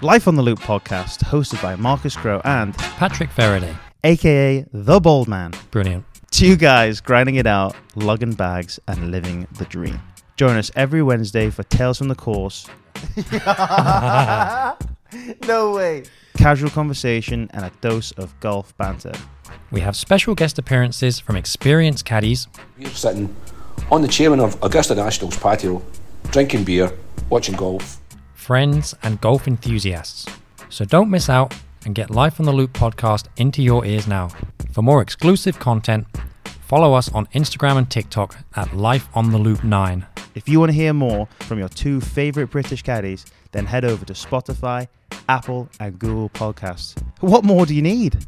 Life on the Loop podcast, hosted by Marcus Crow and Patrick Faraday. AKA The Bald Man. Brilliant. Two guys grinding it out, lugging bags, and living the dream. Join us every Wednesday for Tales from the Course. no way. Casual conversation and a dose of golf banter. We have special guest appearances from experienced caddies, We're sitting on the chairman of Augusta National's patio, drinking beer, watching golf. friends, and golf enthusiasts. So don't miss out and get Life on the Loop podcast into your ears now. For more exclusive content, follow us on Instagram and TikTok at Life on the Loop 9. If you want to hear more from your two favorite British caddies, then head over to Spotify, Apple, and Google Podcasts. What more do you need?